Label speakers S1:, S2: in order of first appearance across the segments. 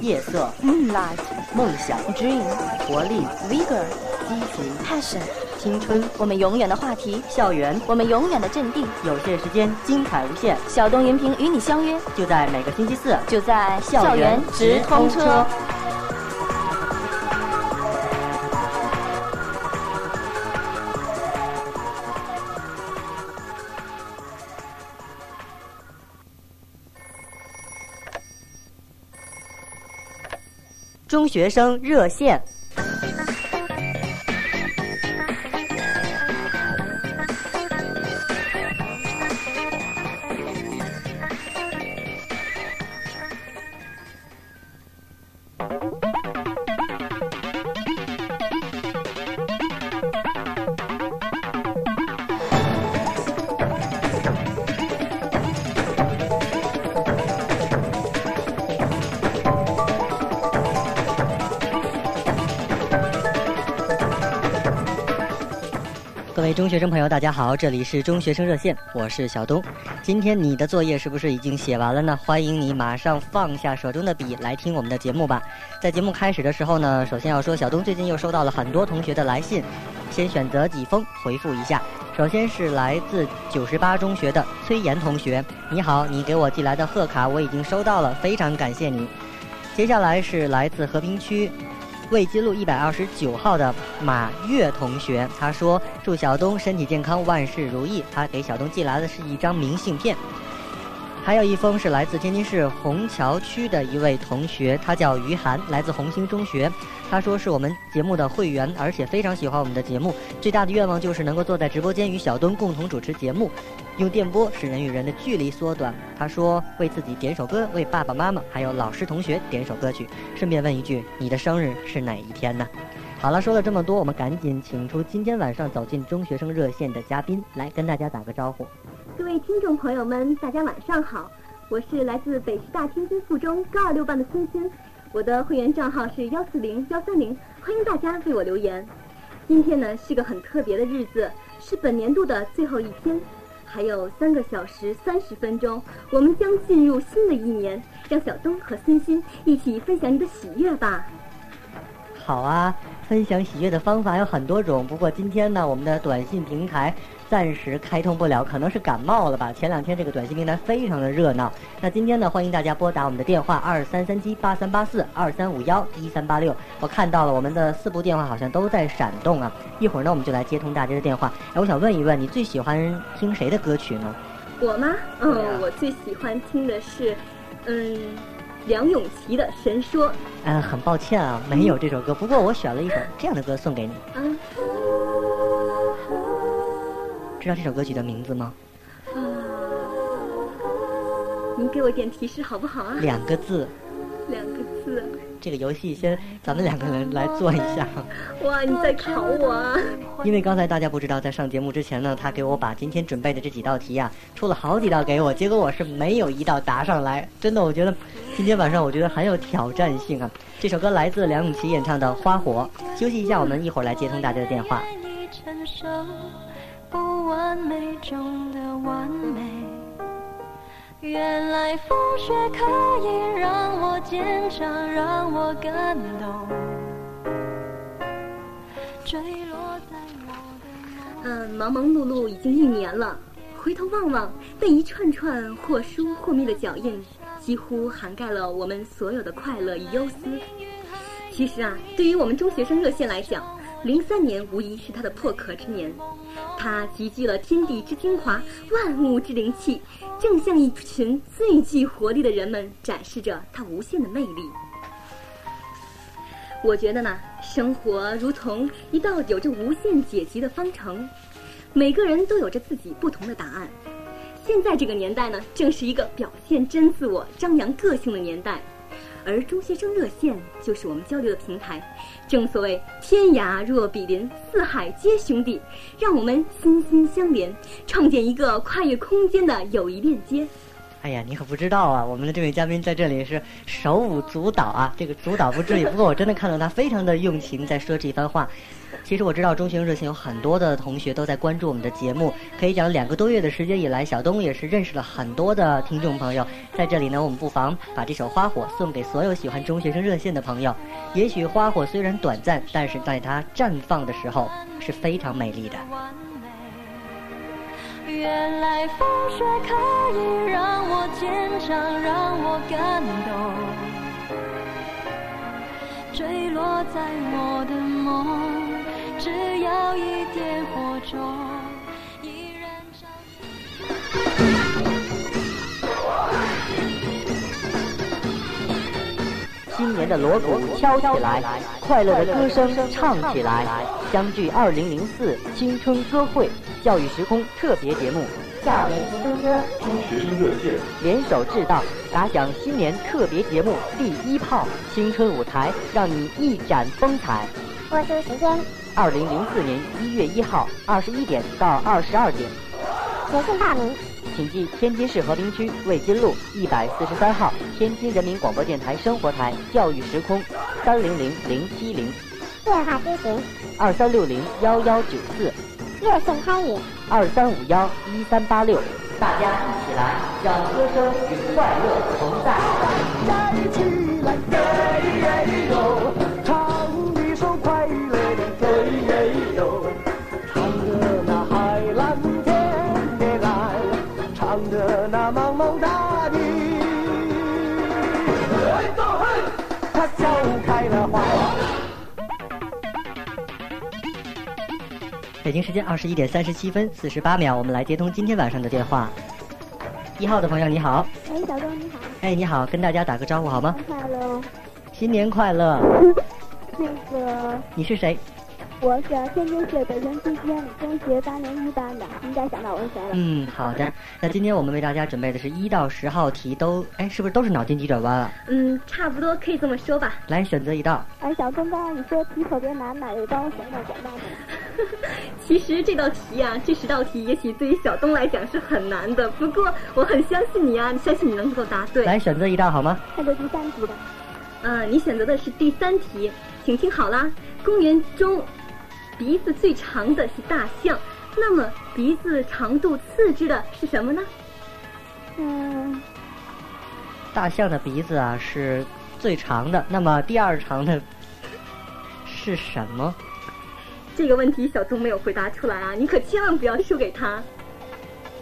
S1: 夜色、
S2: moonlight,
S1: 梦想、
S2: dream,
S1: 活力、
S2: vigor,
S1: 激情、
S2: passion。
S1: 青春、
S2: 我们永远的话题，
S1: 校园。
S2: 我们永远的阵地。
S1: 有限时间，精彩无限，
S2: 小东云平与你相约，
S1: 就在每个星期四。
S2: 就在
S1: 校园直通车。中学生热线。各位中学生朋友，大家好，这里是中学生热线，我是小东。今天你的作业是不是已经写完了呢？欢迎你马上放下手中的笔来听我们的节目吧。在节目开始的时候呢，首先要说，小东最近又收到了很多同学的来信，先选择几封回复一下。首先是来自九十八中学的崔岩同学，你好，你给我寄来的贺卡我已经收到了，非常感谢你。接下来是来自和平区卫基路一百二十九号的马月同学，他说祝小东身体健康，万事如意。他给小东寄来的是一张明信片，还有一封是来自天津市虹桥区的一位同学，他叫于涵，来自红星中学。他说是我们节目的会员，而且非常喜欢我们的节目。最大的愿望就是能够坐在直播间与小东共同主持节目，用电波使人与人的距离缩短。他说为自己点首歌，为爸爸妈妈还有老师同学点首歌曲。顺便问一句，你的生日是哪一天呢？好了，说了这么多，我们赶紧请出今天晚上走进中学生热线的嘉宾，来跟大家打个招呼。
S3: 各位听众朋友们，大家晚上好，我是来自北师大天津附中高二六班的孙鑫，我的会员账号是幺四零幺三零，欢迎大家为我留言。今天呢是个很特别的日子，是本年度的最后一天，还有三个小时三十分钟，我们将进入新的一年，让小东和孙鑫一起分享你的喜悦吧。
S1: 好啊，分享喜悦的方法有很多种，不过今天呢，我们的短信平台暂时开通不了，可能是感冒了吧。前两天这个短信平台非常的热闹，那今天呢，欢迎大家拨打我们的电话二三三七八三八四二三五幺一三八六。我看到了我们的四部电话好像都在闪动啊，一会儿呢我们就来接通大家的电话。哎，我想问一问，你最喜欢听谁的歌曲呢？
S3: 我吗？嗯、
S1: 对呀
S3: 我最喜欢听的是，嗯，梁咏琪的《神说》
S1: 嗯，很抱歉啊，没有这首歌，不过我选了一首这样的歌送给你，
S3: 啊。
S1: 知道这首歌曲的名字吗？
S3: 啊，您给我点提示好不好啊？
S1: 两个字。
S3: 两个字，
S1: 这个游戏先咱们两个人来做一下。
S3: 哇，你在考我啊！
S1: 因为刚才大家不知道，在上节目之前呢，他给我把今天准备的这几道题呀、出了好几道给我，结果我是没有一道答上来。真的，我觉得今天晚上我觉得很有挑战性啊。这首歌来自梁咏琪演唱的《花火》。休息一下，我们一会儿来接通大家的电话。。
S4: 承受不完美中的完美，原来风雪可以让我坚强，让我感动。坠落在我的梦。
S3: 嗯，忙忙碌碌已经一年了，回头望望，那一串串或疏或密的脚印，几乎涵盖了我们所有的快乐与忧思。其实啊，对于我们中学生热线来讲，零三年无疑是它的破壳之年，它集聚了天地之精华，万物之灵气，正向一群最具活力的人们展示着它无限的魅力。我觉得呢，生活如同一道有着无限解题的方程，每个人都有着自己不同的答案。现在这个年代呢，正是一个表现真自我、张扬个性的年代，而中学生热线就是我们交流的平台。正所谓“天涯若比邻，四海皆兄弟”，让我们心心相连，创建一个跨越空间的友谊链接。
S1: 哎呀，你可不知道啊，我们的这位嘉宾在这里是手舞足蹈啊，这个足蹈不至于，不过我真的看到他非常的用情在说这一番话。其实我知道中学热线有很多的同学都在关注我们的节目，可以讲两个多月的时间以来，小东也是认识了很多的听众朋友。在这里呢，我们不妨把这首《花火》送给所有喜欢中学生热线的朋友。也许花火虽然短暂，但是在它绽放的时候是非常美丽的。
S4: 完美。原来覆水可以让我坚强，让我感动。坠落在我的梦，只要一点火种，依然照亮。
S1: 新年的锣鼓敲起来，快乐的歌声唱起来，相聚二零零四青春歌会教育时空特别节目，
S5: 校园情歌歌，
S6: 学生热线
S1: 联手制造打响新年特别节目第一炮，青春舞台让你一展风采。
S5: 播出时间：
S1: 二零零四年一月一号二十一点到二十二点，
S5: 写信报名。
S1: 请寄天津市和平区卫津路一百四十三号天津人民广播电台生活台教育时空三零零零七零。
S5: 电话咨询：
S1: 二三六零幺幺九四，
S5: 热线参与。
S1: 二三五幺一三八六。大家一起来，让歌声与快乐同在。
S7: 站起来，耶耶哟，唱一首快乐的歌耶哟，唱得那海蓝天也蓝，唱得那茫茫大地。他笑开了花。
S1: 北京时间二十一点三十七分四十八秒，我们来接通今天晚上的电话。一号的朋友你好，
S5: 喂，小东你好，
S1: 哎你好，跟大家打个招呼好吗？
S5: 快乐。
S1: 新年快乐！
S5: 那个，
S1: 你是谁？
S5: 我是天津市北城区监理中学八年一班的，应该想到我是谁了。
S1: 嗯，好的。那今天我们为大家准备的是一到十号题都，哎，是不是都是脑筋急转弯啊？
S3: 嗯，差不多可以这么说吧。
S1: 来选择一道。
S5: 哎，小东，刚刚你说题特别难，哪一道选到简单的？
S3: 其实这道题呀、这十道题也许对于小东来讲是很难的，不过我很相信你啊，相信你能够答对。
S1: 来选择一道好吗？
S5: 那就第三题吧。
S3: 呃，你选择的是第三题，请听好啦。公园中，鼻子最长的是大象，那么鼻子长度次之的是什么呢？
S5: 嗯，
S1: 大象的鼻子啊是最长的，那么第二长的是什么？
S3: 这个问题小东没有回答出来啊，你可千万不要输给他。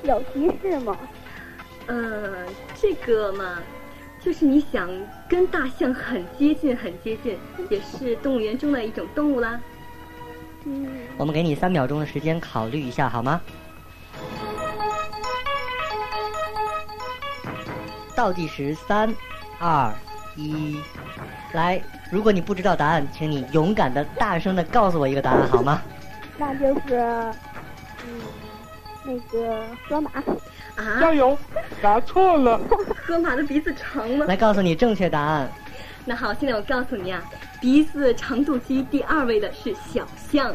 S5: 有提示吗？
S3: 呃，这个嘛，就是你想跟大象很接近，很接近，也是动物园中的一种动物啦。
S5: 嗯，
S1: 我们给你三秒钟的时间考虑一下，好吗？倒计时三、二、一，来！如果你不知道答案，请你勇敢的、大声的告诉我一个答案，好吗？
S5: 那就是，嗯，那个河马。
S3: 啊，
S7: 油，答错了。
S3: 河马的鼻子长吗？
S1: 来，告诉你正确答案。
S3: 那好，现在我告诉你啊，鼻子长度居第二位的是小 象。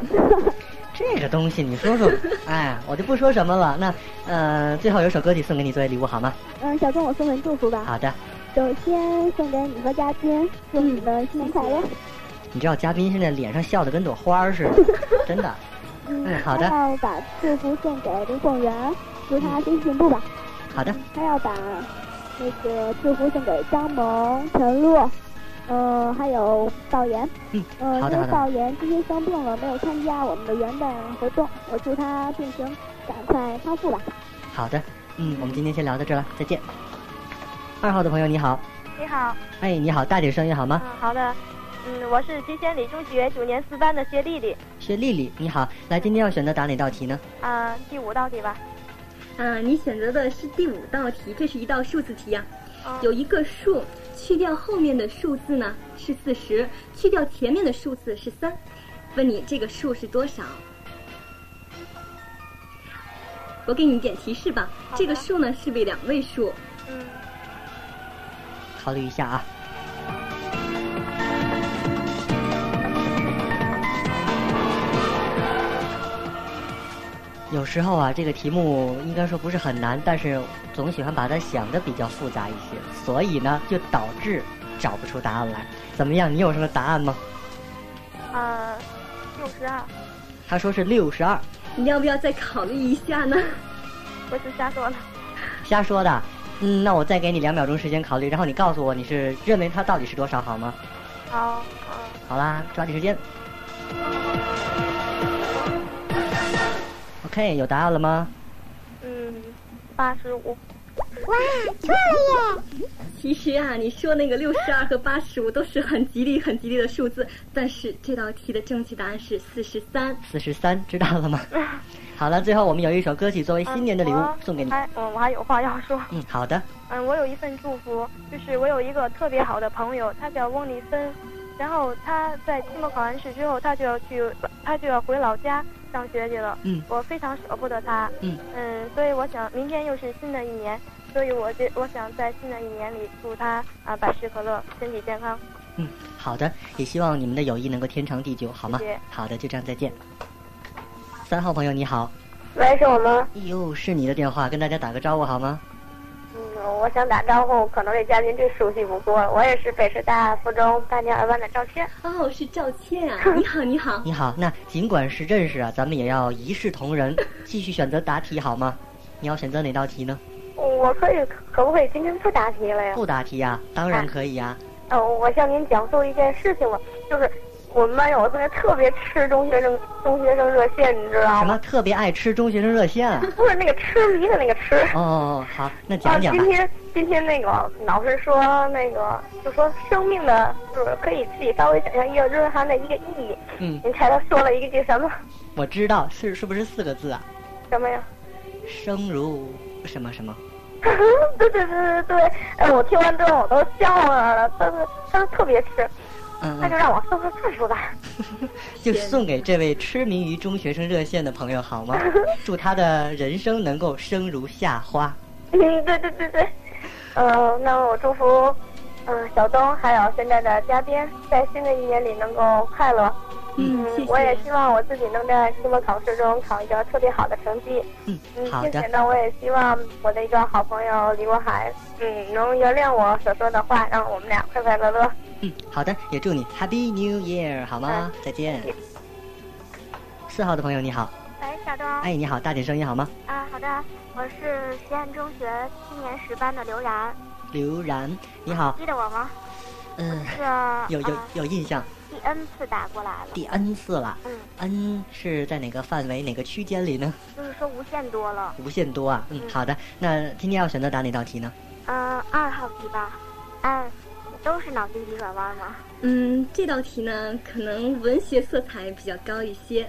S1: 这个东西，你说说，哎，我就不说什么了。那，呃，最后有首歌曲送给你作为礼物，好吗？
S5: 嗯，小东，我送份祝福吧。
S1: 好的。
S5: 首先送给你和嘉宾，祝你们新年快乐。
S1: 你知道嘉宾现在脸上笑的跟朵花儿似的，真的。嗯，好的，
S5: 还要把祝福送给刘凤元，祝他学习进步吧。
S1: 好的，
S5: 还要把那个祝福送给张萌、陈露，呃，还有道岩。
S1: 嗯，
S5: 呃，
S1: 好的
S5: 因
S1: 好的
S5: 为道岩今天生病了，没有参加我们的元旦活动，我祝他病情赶快康复吧。
S1: 好的，嗯，我们今天先聊到这儿了，再见。二号的朋友你好，
S8: 你好，
S1: 哎，你好，大点声音好
S8: 嗯
S1: 吗？，
S8: 好的，嗯，我是金仙里中学九年四班的薛丽丽，
S1: 薛丽丽你好，来，今天要选择答哪道题呢？
S8: 啊、第五道题吧，
S3: 啊，你选择的是第五道题，这是一道数字题呀、
S8: 嗯
S3: 有一个数，去掉后面的数字呢是四十，去掉前面的数字是三。问你这个数是多少？我给你一点提示吧，
S8: 好的
S3: 这个数呢是为两位数。
S8: 嗯，
S1: 考虑一下啊。有时候啊，这个题目应该说不是很难，但是总喜欢把它想的比较复杂一些，所以呢，就导致找不出答案来。怎么样？你有什么答案吗？
S8: 啊，六十二，
S1: 他说是六十二，
S3: 你要不要再考虑一下呢？
S8: 我是瞎说的。
S1: 瞎说的。嗯，那我再给你两秒钟时间考虑，然后你告诉我你是认为它到底是多少好吗？
S8: 好，嗯，
S1: 好啦，抓紧时间。OK，有答案了吗？
S8: 嗯，八十五，
S5: 哇，错了耶！
S3: 其实啊，你说那个六十二和八十五都是很吉利、很吉利的数字，但是这道题的正确答案是四十三。
S1: 四十三，知道 了吗？好了，最后我们有一首歌曲作为新年的礼物
S8: 嗯我
S1: 送给你。
S8: 还，嗯，我还有话要说。
S1: 嗯，好的。
S8: 嗯，我有一份祝福，就是我有一个特别好的朋友，他叫翁立芬，然后他在期末考完试之后，他就要去，他就要回老家上学去了。
S1: 嗯
S8: 我非常舍不得他。
S1: 嗯
S8: 嗯，所以我想，明天又是新的一年，所以我这我想在新的一年里祝他啊百事可乐，身体健康。
S1: 嗯，好的，也希望你们的友谊能够天长地久，好吗
S8: 谢谢？
S1: 好的，就这样，再见。三号朋友你好，
S6: 喂，是我吗？
S1: 哎呦，是你的电话，跟大家打个招呼好吗？
S6: 嗯，我想打招呼，可能对嘉宾最熟悉不过了。我也是北师大附中大年二班的赵倩。
S3: 哦，是赵倩啊！你好，你好。
S1: 你好，那尽管是认识啊，咱们也要一视同 仁，继续选择答题好吗？你要选择哪道题 呢？
S6: 嗯我可以可不可以今天不答题了呀？
S1: 不答题呀、啊当然可以呀、
S6: 嗯、我向您讲述一件事情吧，就是我们班有个同学特别吃中学生中学生热线，你知道
S1: 什
S6: 吗
S1: 么？特别爱吃中学生热 线啊？
S6: 不是那个痴迷的那个痴。
S1: 哦，好，那
S6: 啊，
S1: 讲讲吧
S6: 今。天今天那个老师说那个就说生命的，就是可以自己发挥想象，也就是它的一个意义。
S1: 嗯，
S6: 您猜他说了一句什么？
S1: 我知道是是不是四个字啊？
S6: 什么呀？
S1: 生如什么什么？
S6: 对对对对对，哎，我听完之后我都笑了，但是但是特别吃，
S1: 嗯
S6: 那就
S1: 嗯，
S6: 让我送个字数吧。
S1: 就送给这位痴迷于中学生热线的朋友好 吗？祝他的人生能够生如夏花。
S6: 嗯， 对对对对，呃，那我祝福，嗯、小东还有现在的嘉宾，在新的一年里能够快乐。
S3: 嗯，谢
S6: 我也
S3: 谢。
S6: 希望我自己能在期末考试中考一个特别好的成绩。
S1: 嗯
S6: 嗯，，
S1: 好
S6: 并且
S1: 的，
S6: 呢，我也希望我的一个好朋友李国海，嗯，能原谅我所说的话，让我们俩快快乐乐。
S1: 嗯，好的，也祝你 Happy New Year 好吗？再见。四号的朋友你好，
S8: 喂，小东。
S1: 哎，你好，大点声音好吗？
S8: 啊，好的，我是西安中学七年十班的刘然，
S1: 刘然，你好，
S8: 记得我吗？
S1: 嗯，
S8: 是
S1: 有有
S8: 呃
S1: 有印象，
S8: 第 N 次打过来了，
S1: 第 N 次了
S8: 嗯
S1: ，N 是在哪个范围、哪个区间里呢？
S8: 就是说无限多了。
S1: 无限多啊，嗯，
S8: 嗯
S1: 好的，那今天要选择答哪道题呢？
S8: 嗯、二号题吧。哎，都是脑筋急转弯吗？
S3: 嗯，这道题呢，可能文学色彩比较高一些。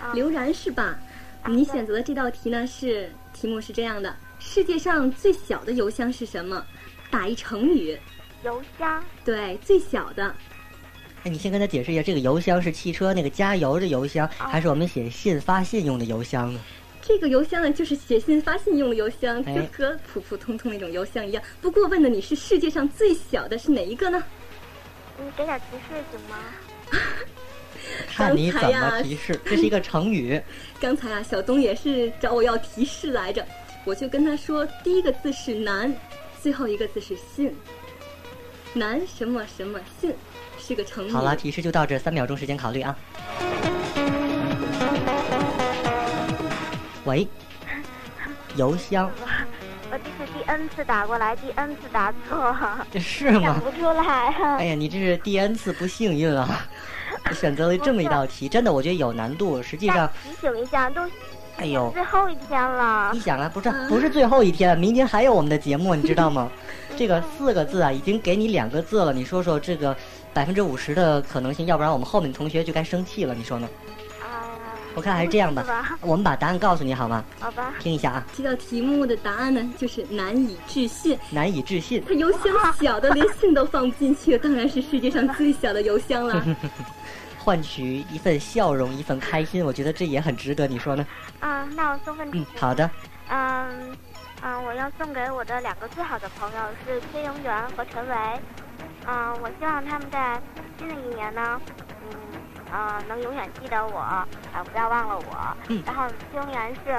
S8: 啊
S3: 刘然是吧？你选择的这道题呢是题目是这样的：世界上最小的邮箱是什么？打一成语。
S8: 邮箱
S3: 对，最小的。
S1: 哎，你先跟他解释一下，这个邮箱是汽车那个加油的邮箱，还是我们写信发信用的邮箱呢？
S3: 这个邮箱呢，就是写信发信用的邮箱，
S1: 哎
S3: 就和普普通通那种邮箱一样。不过问的你是世界上最小的是哪一个呢？
S8: 你给点提示行吗？
S1: 看你怎
S3: 刚才
S1: 么
S3: 呀
S1: 提示，这是一个成语。
S3: 刚才啊，小东也是找我要提示来着，我就跟他说，第一个字是难，最后一个字是信，难什么什么信，是个成语。
S1: 好了，提示就到这，三秒钟时间考虑啊。喂，邮箱，
S8: 我这是第 N 次打过来，第 N 次打错，
S1: 这是
S8: 想
S1: 吗？
S8: 不出来啊。
S1: 哎呀，你这是第 N 次不幸运啊！选择了这么一道题，真的我觉得有难度。实际
S8: 再
S1: 上，
S8: 提醒一下，都
S1: 哎呦，
S8: 最后一天了
S1: 你，想啊，不是不是最后一天，明天还有我们的节目，你知 道吗？这个四个字啊，已经给你两个字了，你说说这个百分之五十的可能性，要不然我们后面同学就该生气了，你说呢？
S8: 啊，
S1: 嗯我看还是这样吧，我们把答案告诉你好吗？
S8: 好吧。
S1: 听一下啊，
S3: 这道题目的答案呢，就是难以置信。
S1: 难以置信。
S3: 它邮箱小的连信都放不进去，当然是世界上最小的邮 箱了。
S1: 换取一份笑容，一份开心，我觉得这也很值得，你说呢？
S8: 啊，那我送份
S1: 嗯，好的，
S8: 嗯，
S6: 啊
S8: 嗯，我要送给我的两个最好的朋友是崔永元和陈维。嗯，我希望他们在新的一年呢，嗯，
S6: 呃，能永远记得我，啊、不要忘了我。
S1: 嗯
S6: 然后星源是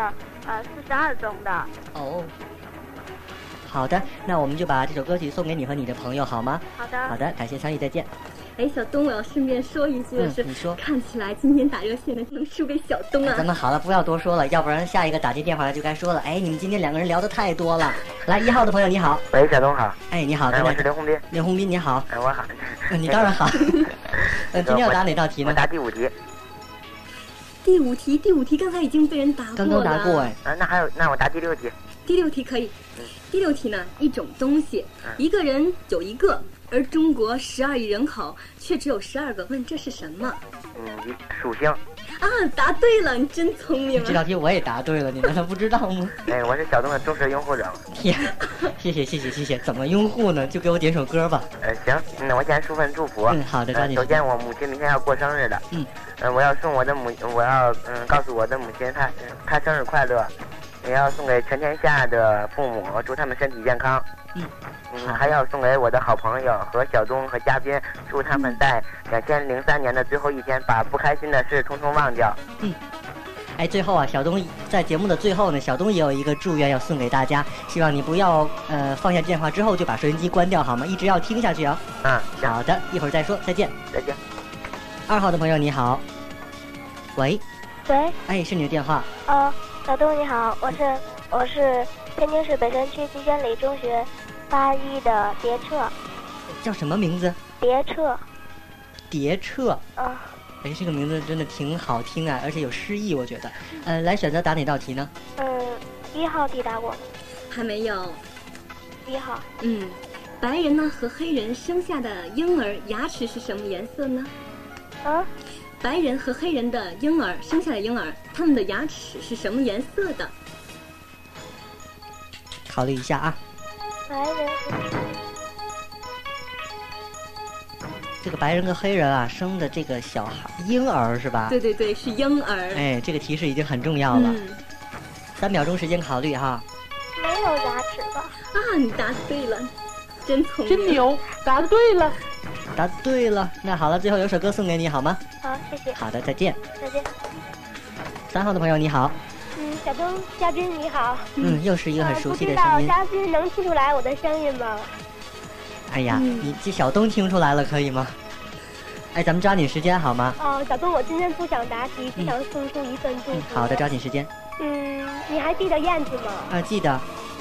S6: 呃四十二中的，
S1: 哦。好的，那我们就把这首歌曲送给你和你的朋友，好吗？
S6: 好的。
S1: 好的，感谢参与，再见。
S3: 哎，小东，我要顺便说一句的是，
S1: 嗯你说哎
S3: 看起来今天打热线的能输给小东啊。
S1: 咱们好了，不要多说了，要不然下一个打进电话来就该说了。哎，你们今天两个人聊的太多了。来，一号的朋友你好，
S9: 喂，小东好，
S1: 哎，你好，
S9: 哎，
S1: 跟
S9: 我
S1: 大
S9: 是
S1: 家
S9: 刘红斌，
S1: 刘洪斌你好，
S9: 哎，我好，
S1: 呃你当然 好。呃，
S9: 那个
S1: 今天要
S9: 我
S1: 答哪道题
S9: 我
S1: 呢？
S9: 答第五题，啊
S3: 第五题，第五题刚才已经被人答过了。
S1: 刚刚答过哎。
S9: 啊，那还有，那我答第六题，
S3: 第六题可以。第六题呢，一种东西，
S1: 哎
S3: 一个人有一个，而中国十二亿人口却只有十二个，问这是什么？
S9: 嗯，一属性，
S3: 啊，答对了，你真聪明
S1: 这
S3: 啊！
S1: 道题我也答对了，你难道不知道吗？
S9: 哎，我是小东的忠实拥护者，
S1: 天， 谢谢谢谢谢谢，怎么拥护呢？就给我点首歌吧。
S9: 呃，行，那我先说份祝福，
S1: 嗯好的抓紧
S9: 呃首先，我母亲明天要过生日的，
S1: 嗯，
S9: 呃，我要送我的母，我要嗯告诉我的母亲她嗯她生日快乐，也要送给全天下的父母，祝他们身体健康。
S1: 嗯
S9: 嗯，
S1: 好
S9: 还要送给我的好朋友和小东和嘉宾，祝他
S1: 嗯
S9: 们在两千零三年的最后一天把不开心的事通通忘掉。
S1: 哎，最后啊，小东在节目的最后呢，小东也有一个祝愿要送给大家，希望你不要呃放下电话之后就把收音机关掉好吗？一直要听下去啊。
S9: 嗯，行，
S1: 好的，一会儿再说，再见。
S9: 再见。
S1: 二号的朋友你好，喂，
S6: 喂，
S1: 哎，是你的电话，
S6: 呃，小东你好，我是我是天津市北山区集贤里中学八一的别彻，
S1: 叫什么名字？
S6: 别彻，
S1: 叠彻，
S6: 呃，
S1: 哎，这个名字真的挺好听啊，而且有诗意，我觉得。呃，来选择答哪道题呢？
S6: 嗯，一号抵达过，
S3: 还没有，
S6: 一号，
S3: 嗯，白人呢和黑人生下的婴儿牙齿是什么颜色呢？
S6: 嗯，
S3: 白人和黑人的婴儿生下的婴儿，他们的牙齿是什么颜色的？
S1: 考虑一下啊。
S6: 白人
S1: 这个白人跟黑人啊生的这个小孩婴儿是吧？
S3: 对对对，是婴儿。
S1: 哎，这个提示已经很重要了，
S3: 嗯
S1: 三秒钟时间考虑哈。
S6: 没有牙齿吧？
S3: 啊，你答对了，真聪明。
S10: 牛，答对了。
S1: 答对了，那好了，最后有首歌送给你好吗？
S6: 好，谢谢，
S1: 好的，再见。
S6: 再见。
S1: 三号的朋友你好，
S6: 嗯，小东嘉宾你好，
S1: 嗯，又是一个很
S6: 呃
S1: 熟
S6: 不
S1: 悉
S6: 知
S1: 的
S6: 道
S1: 声音。
S6: 嘉宾能听出来我的声音吗？
S1: 哎呀，
S6: 嗯
S1: 你这小东听出来了可以吗？哎，咱们抓紧时间好吗？
S6: 哦，小东，我今天不想答题，只
S1: 嗯
S6: 想送出一份祝
S1: 嗯，
S6: 福。
S1: 好的，抓紧时间。
S6: 嗯，你还记得燕子吗？
S1: 啊，记得，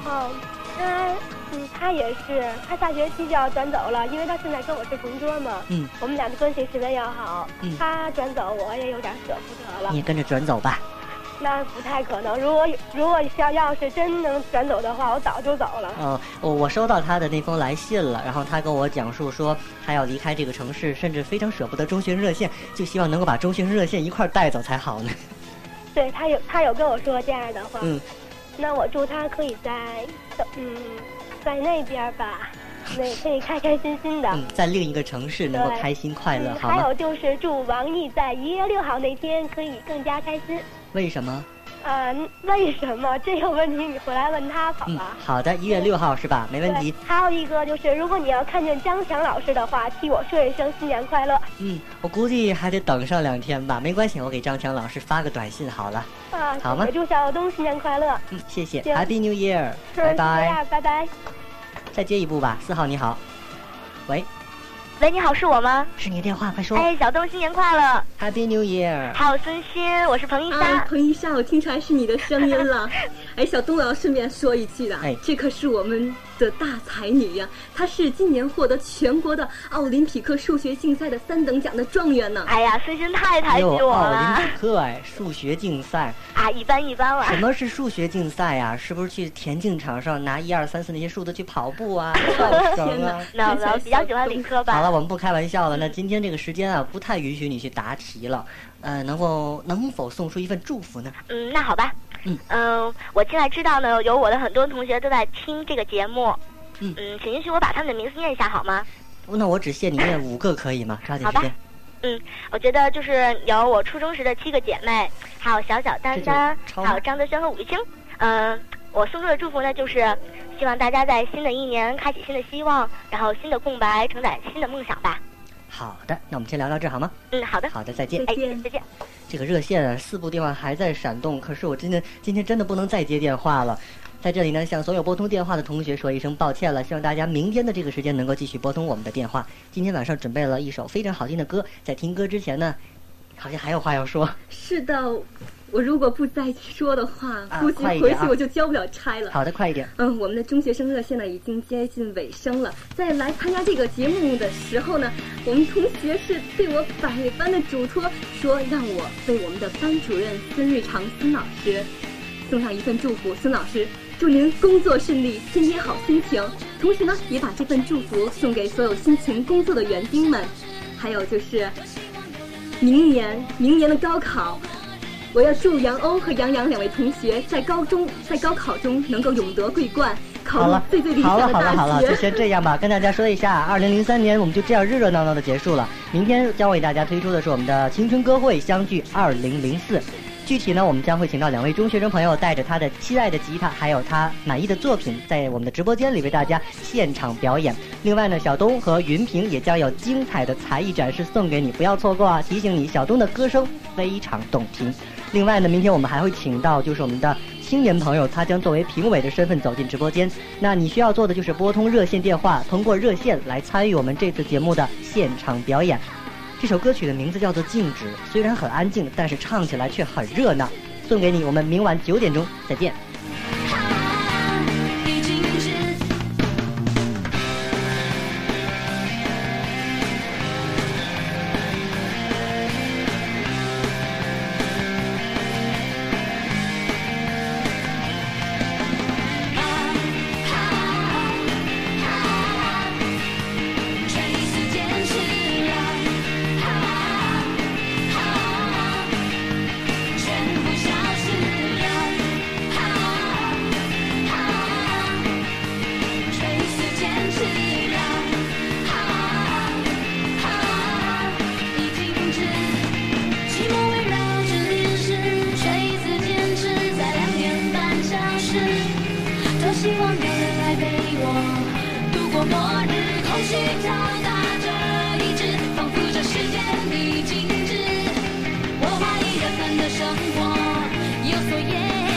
S6: 哦，他，嗯，他也是，他下学期就要转走了，因为他现在跟我是同桌嘛。
S1: 嗯。
S6: 我们俩的关系十分要好。
S1: 嗯
S6: 他转走，我也有点舍不得了
S1: 你。也跟着转走吧。
S6: 那不太可能，如果如果要要是真能转走的话，我早就走了。
S1: 呃，我我收到他的那封来信了，然后他跟我讲述说他要离开这个城市，甚至非常舍不得中学生热线，就希望能够把中学生热线一块儿带走才好呢。
S6: 对他有他有跟我说这样的话。
S1: 嗯。
S6: 那我祝他可以在，嗯，在那边吧，那可以开开心心的。
S1: 嗯，在另一个城市能够
S6: 对
S1: 开心快乐，
S6: 嗯，
S1: 好
S6: 还
S1: 吗？
S6: 有就是祝王毅在一月六号那天可以更加开心。
S1: 为什么？
S6: 啊，为什么这个问题你回来问他好
S1: 嗯，
S6: 吧？
S1: 好的，一月六号是吧？没问题
S6: 对。，还有一个就是，如果你要看见张强老师的话，替我说一声新年快乐。
S1: 嗯，我估计还得等上两天吧，没关系，我给张强老师发个短信好了。
S6: 啊，
S1: 好吗
S6: 也祝小东新年快乐。
S1: 嗯，谢谢
S6: 行
S1: ，Happy New Year，
S6: 是
S1: 拜
S6: 就这
S1: 拜。
S6: 样，拜拜。
S1: 再接一步吧，四号你好，喂，
S6: 喂，你好，是我吗？
S1: 是你的电话，快说。
S6: 哎，小东，新年快乐！
S1: Happy New Year。
S6: 还有孙鑫，我是彭一
S3: 啊，
S1: 嗯
S6: 莎。
S3: 彭一莎，我听出来是你的声音了。 哎，小东，我要顺便说一句啊，
S1: 哎
S3: 这可是我们的大才女呀、她是今年获得全国的奥林匹克数学竞赛的三等奖的状元
S1: 啊
S3: 呢。
S6: 哎呀，啊孙鑫太抬举
S1: 又
S6: 我
S1: 奥林
S6: 了
S1: 匹克哎，数学竞赛，
S6: 啊，一般一般了。
S1: 什么是数学竞赛呀、是不是去田径场上拿一二三四那些数字去跑步 啊、跳绳啊？
S6: 那我比较喜欢理科
S1: 好啊
S6: 吧。
S1: 了，我们不开玩笑了。
S6: 嗯
S1: 那今天这个时间啊，不太允许你去答题了。呃，能否能否送出一份祝福呢？
S6: 嗯，那好吧。呃
S1: 嗯
S6: 我现在知道呢，有我的很多同学都在听这个节目。
S1: 嗯
S6: 请允许我把他们的名字念一下好吗？
S1: 那我只限你念五个，可以吗？抓紧时
S6: 好
S1: 间
S6: 吧。我觉得就是有我初中时的七个姐妹，还有小小丹丹
S1: 这就，超
S6: 还有张德轩和武玉清。嗯、我送出的祝福呢，就是希望大家在新的一年开启新的希望，然后新的空白，承载新的梦想吧。
S1: 好的，那我们先聊到这儿好吗？
S10: 嗯，好的。
S1: 好的，再见。
S10: 哎，再见。
S1: 这个热线啊，四部电话还在闪动，可是我真的今天真的不能再接电话了。在这里呢，向所有拨通电话的同学说一声抱歉了，希望大家明天的这个时间能够继续拨通我们的电话。今天晚上准备了一首非常好听的歌，在听歌之前呢，好像还有话要说。
S3: 是的，我如果不再说的话，
S1: 啊
S3: 估计
S1: 快一
S3: 回
S1: 点啊
S3: 去我就交不了差了。
S1: 好的，快一点。
S3: 嗯，我们的中学生热线呢已经接近尾声了。在来参加这个节目的时候呢，我们同学是对我百般的嘱托，说让我为我们的班主任孙瑞长孙老师送上一份祝福。孙老师，祝您工作顺利，天天好心情。同时呢，也把这份祝福送给所有辛勤工作的园丁们，还有就是明年明年的高考，我要祝杨欧和杨洋两位同学在高中在高考中能够永得桂冠，考
S1: 好
S3: 入
S1: 了
S3: 最最理，
S1: 好
S3: 想
S1: 了，
S3: 的
S1: 好了，好了，
S3: 大
S1: 就
S3: 学。
S1: 先这样吧。跟大家说一下，二零零三年我们就这样热热闹闹的结束了。明天将为大家推出的是我们的青春歌会相聚二零零四。具体呢，我们将会请到两位中学生朋友，带着他的期待的吉他，还有他满意的作品，在我们的直播间里为大家现场表演。另外呢，小东和云平也将有精彩的才艺展示送给你，不要错过啊！提醒你，小东的歌声非常动听。另外呢，明天我们还会请到就是我们的青年朋友，他将作为评委的身份走进直播间。那你需要做的就是拨通热线电话，通过热线来参与我们这次节目的现场表演。这首歌曲的名字叫做《静止》，虽然很安静，但是唱起来却很热闹。送给你，我们明晚九点钟再见。
S4: 已静止，这一次坚持让啊啊全部消失让啊。这一次坚持让啊啊已静止，寂寞围绕着电视。这一次坚持在两点半消失，多希望有人来陪我度过末日。空气敲打着意志，仿佛这世界已静止。我怀疑人们的生活有所厌。